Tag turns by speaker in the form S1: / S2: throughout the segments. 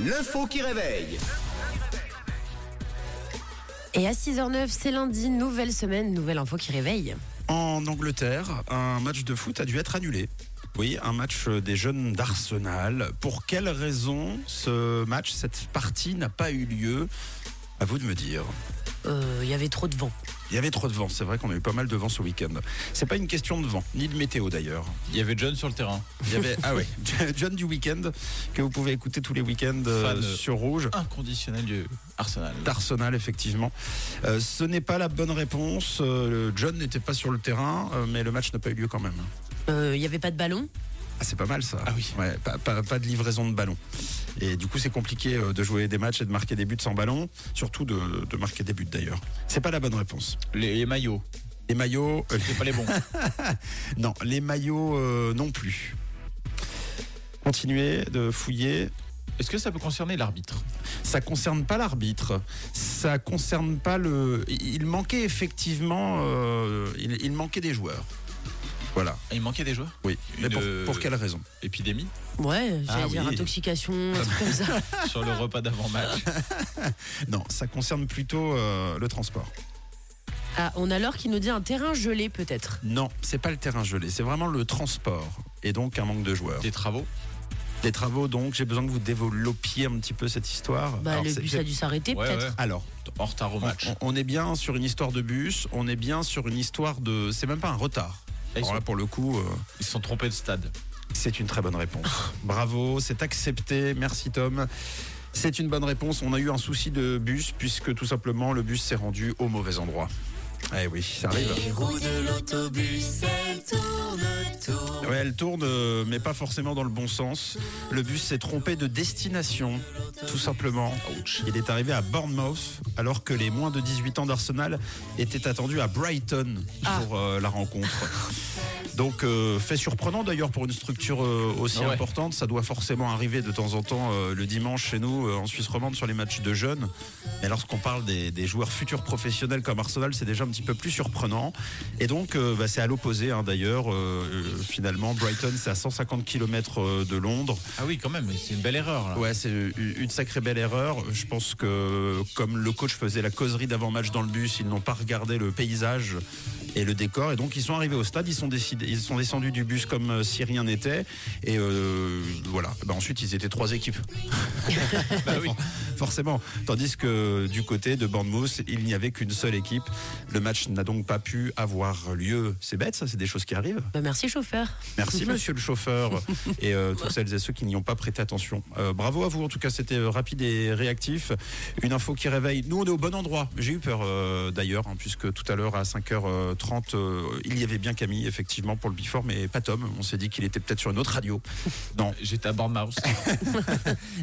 S1: L'info qui réveille.
S2: Et à 6h09, c'est lundi, nouvelle semaine, nouvelle info qui réveille.
S3: En Angleterre, un match de foot a dû être annulé. Oui, un match des jeunes d'Arsenal. Pour quelle raison ce match, cette partie n'a pas eu lieu À vous de me dire.
S2: Euh, Il y avait trop de vent.
S3: Il y avait trop de vent, c'est vrai qu'on a eu pas mal de vent ce week-end. C'est pas une question de vent, ni de météo d'ailleurs.
S4: Il y avait John sur le terrain.
S3: Il y avait, ah oui, John du week-end, que vous pouvez écouter tous les week-ends euh,
S4: Fan.
S3: sur Rouge.
S4: Inconditionnel du Arsenal.
S3: d'Arsenal, effectivement. Euh, ce n'est pas la bonne réponse. Euh, John n'était pas sur le terrain, euh, mais le match n'a pas eu lieu quand même.
S2: Euh, Il y n'y avait pas de ballon.
S3: Ah, c'est pas mal ça.
S4: Ah oui.
S3: Ouais, pas, pas- pas de livraison de ballon. Et du coup, c'est compliqué euh, de jouer des matchs et de marquer des buts sans ballon, surtout de, de marquer des buts d'ailleurs. C'est pas la bonne réponse.
S4: Les, les maillots,
S3: Les maillots, euh,
S4: c'est pas les bons.
S3: non, les maillots euh, non plus. Continuez de fouiller.
S4: Est-ce que ça peut concerner l'arbitre
S3: Ça concerne pas l'arbitre. Ça concerne pas le. Il manquait effectivement. euh, il, il manquait des joueurs. Voilà.
S4: Il manquait des joueurs
S3: Oui. Mais pour,
S4: Une- euh,
S3: pour quelle raison
S4: Épidémie
S2: Ouais, j'allais
S3: Ah
S2: dire
S3: oui.
S2: intoxication, un truc comme ça.
S4: sur le repas d'avant-match.
S1: Ah,
S3: Non, ça concerne plutôt euh, le transport.
S2: Ah, on a Laure qui nous dit un terrain gelé peut-être.
S3: Non, c'est pas le terrain gelé, c'est vraiment le transport et donc un manque de joueurs.
S4: Des travaux
S3: Des travaux donc, j'ai besoin que vous développiez un petit peu cette histoire.
S2: Bah,
S3: Alors,
S2: le
S3: c'est-
S2: bus
S3: j'ai-
S2: a dû s'arrêter
S4: Ouais,
S2: peut-être.
S4: ouais.
S3: Alors,
S4: En retard au
S3: on,
S4: match.
S3: on- on est bien sur une histoire de bus, on est bien sur une histoire de c'est même pas un retard.
S4: Là, ils,
S3: Alors
S4: sont,
S3: là pour le coup, euh,
S4: ils se sont trompés de stade.
S3: c'est une très bonne réponse. Bravo, c'est accepté. Merci Tom. C'est une bonne réponse. On a eu un souci de bus puisque tout simplement le bus s'est rendu au mauvais endroit. Eh oui, ça arrive.
S5: roues de l'autobus, elles tournent, tournent.
S3: Ouais, elle tourne, euh, mais pas forcément dans le bon sens. Le bus s'est trompé de destination, tout simplement. Il est arrivé à Bournemouth, alors que les moins de 18 ans d'Arsenal étaient attendus à Brighton pour euh, la rencontre. Donc, euh, fait surprenant d'ailleurs pour une structure euh, aussi
S4: Ouais.
S3: importante. Ça doit forcément arriver de temps en temps euh, le dimanche chez nous, euh, en Suisse romande, sur les matchs de jeunes. Mais lorsqu'on parle des, des joueurs futurs professionnels comme Arsenal, c'est déjà un petit peu plus surprenant. Et donc, euh, bah, c'est à l'opposé hein, d'ailleurs. euh, euh, finalement, Brighton, c'est à 150 km euh, de Londres.
S4: Ah oui, quand même, c'est une belle erreur. Là.
S3: Ouais, c'est une sacrée belle erreur. Je pense que comme le coach faisait la causerie d'avant-match dans le bus, ils n'ont pas regardé le paysage et le décor. Et donc ils sont arrivés au stade, ils sont, décidés, ils sont descendus du bus comme euh, si rien n'était. Et euh, voilà, Bah, ensuite ils étaient trois équipes.
S4: Bah oui.
S3: Forcément. Tandis que du côté de Bournemouth, il n'y avait qu'une seule équipe. Le match n'a donc pas pu avoir lieu. C'est bête ça, c'est des choses qui arrivent.
S2: Bah, merci chauffeur.
S3: Merci monsieur le chauffeur et euh, toutes celles et ceux qui n'y ont pas prêté attention. Euh, bravo à vous en tout cas, c'était euh, rapide et réactif. Une info qui réveille. Nous on est au bon endroit. J'ai eu peur euh, d'ailleurs hein, puisque tout à l'heure à 5h30 euh, il y avait bien Camille effectivement pour le before mais pas Tom. On s'est dit qu'il était peut-être sur une autre radio. Non,
S4: J'étais à Bournemouth.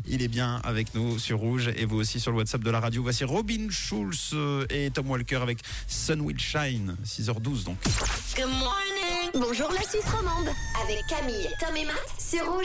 S3: il est bien avec nous sur Rouge et vous aussi sur le WhatsApp de la radio. Voici Robin Schulz euh, et Tom Walker avec Sun Will Shine 6h12 donc.
S5: Good morning. Bonjour la Suisse romande avec Camille, Tom et Matt, c'est rouge.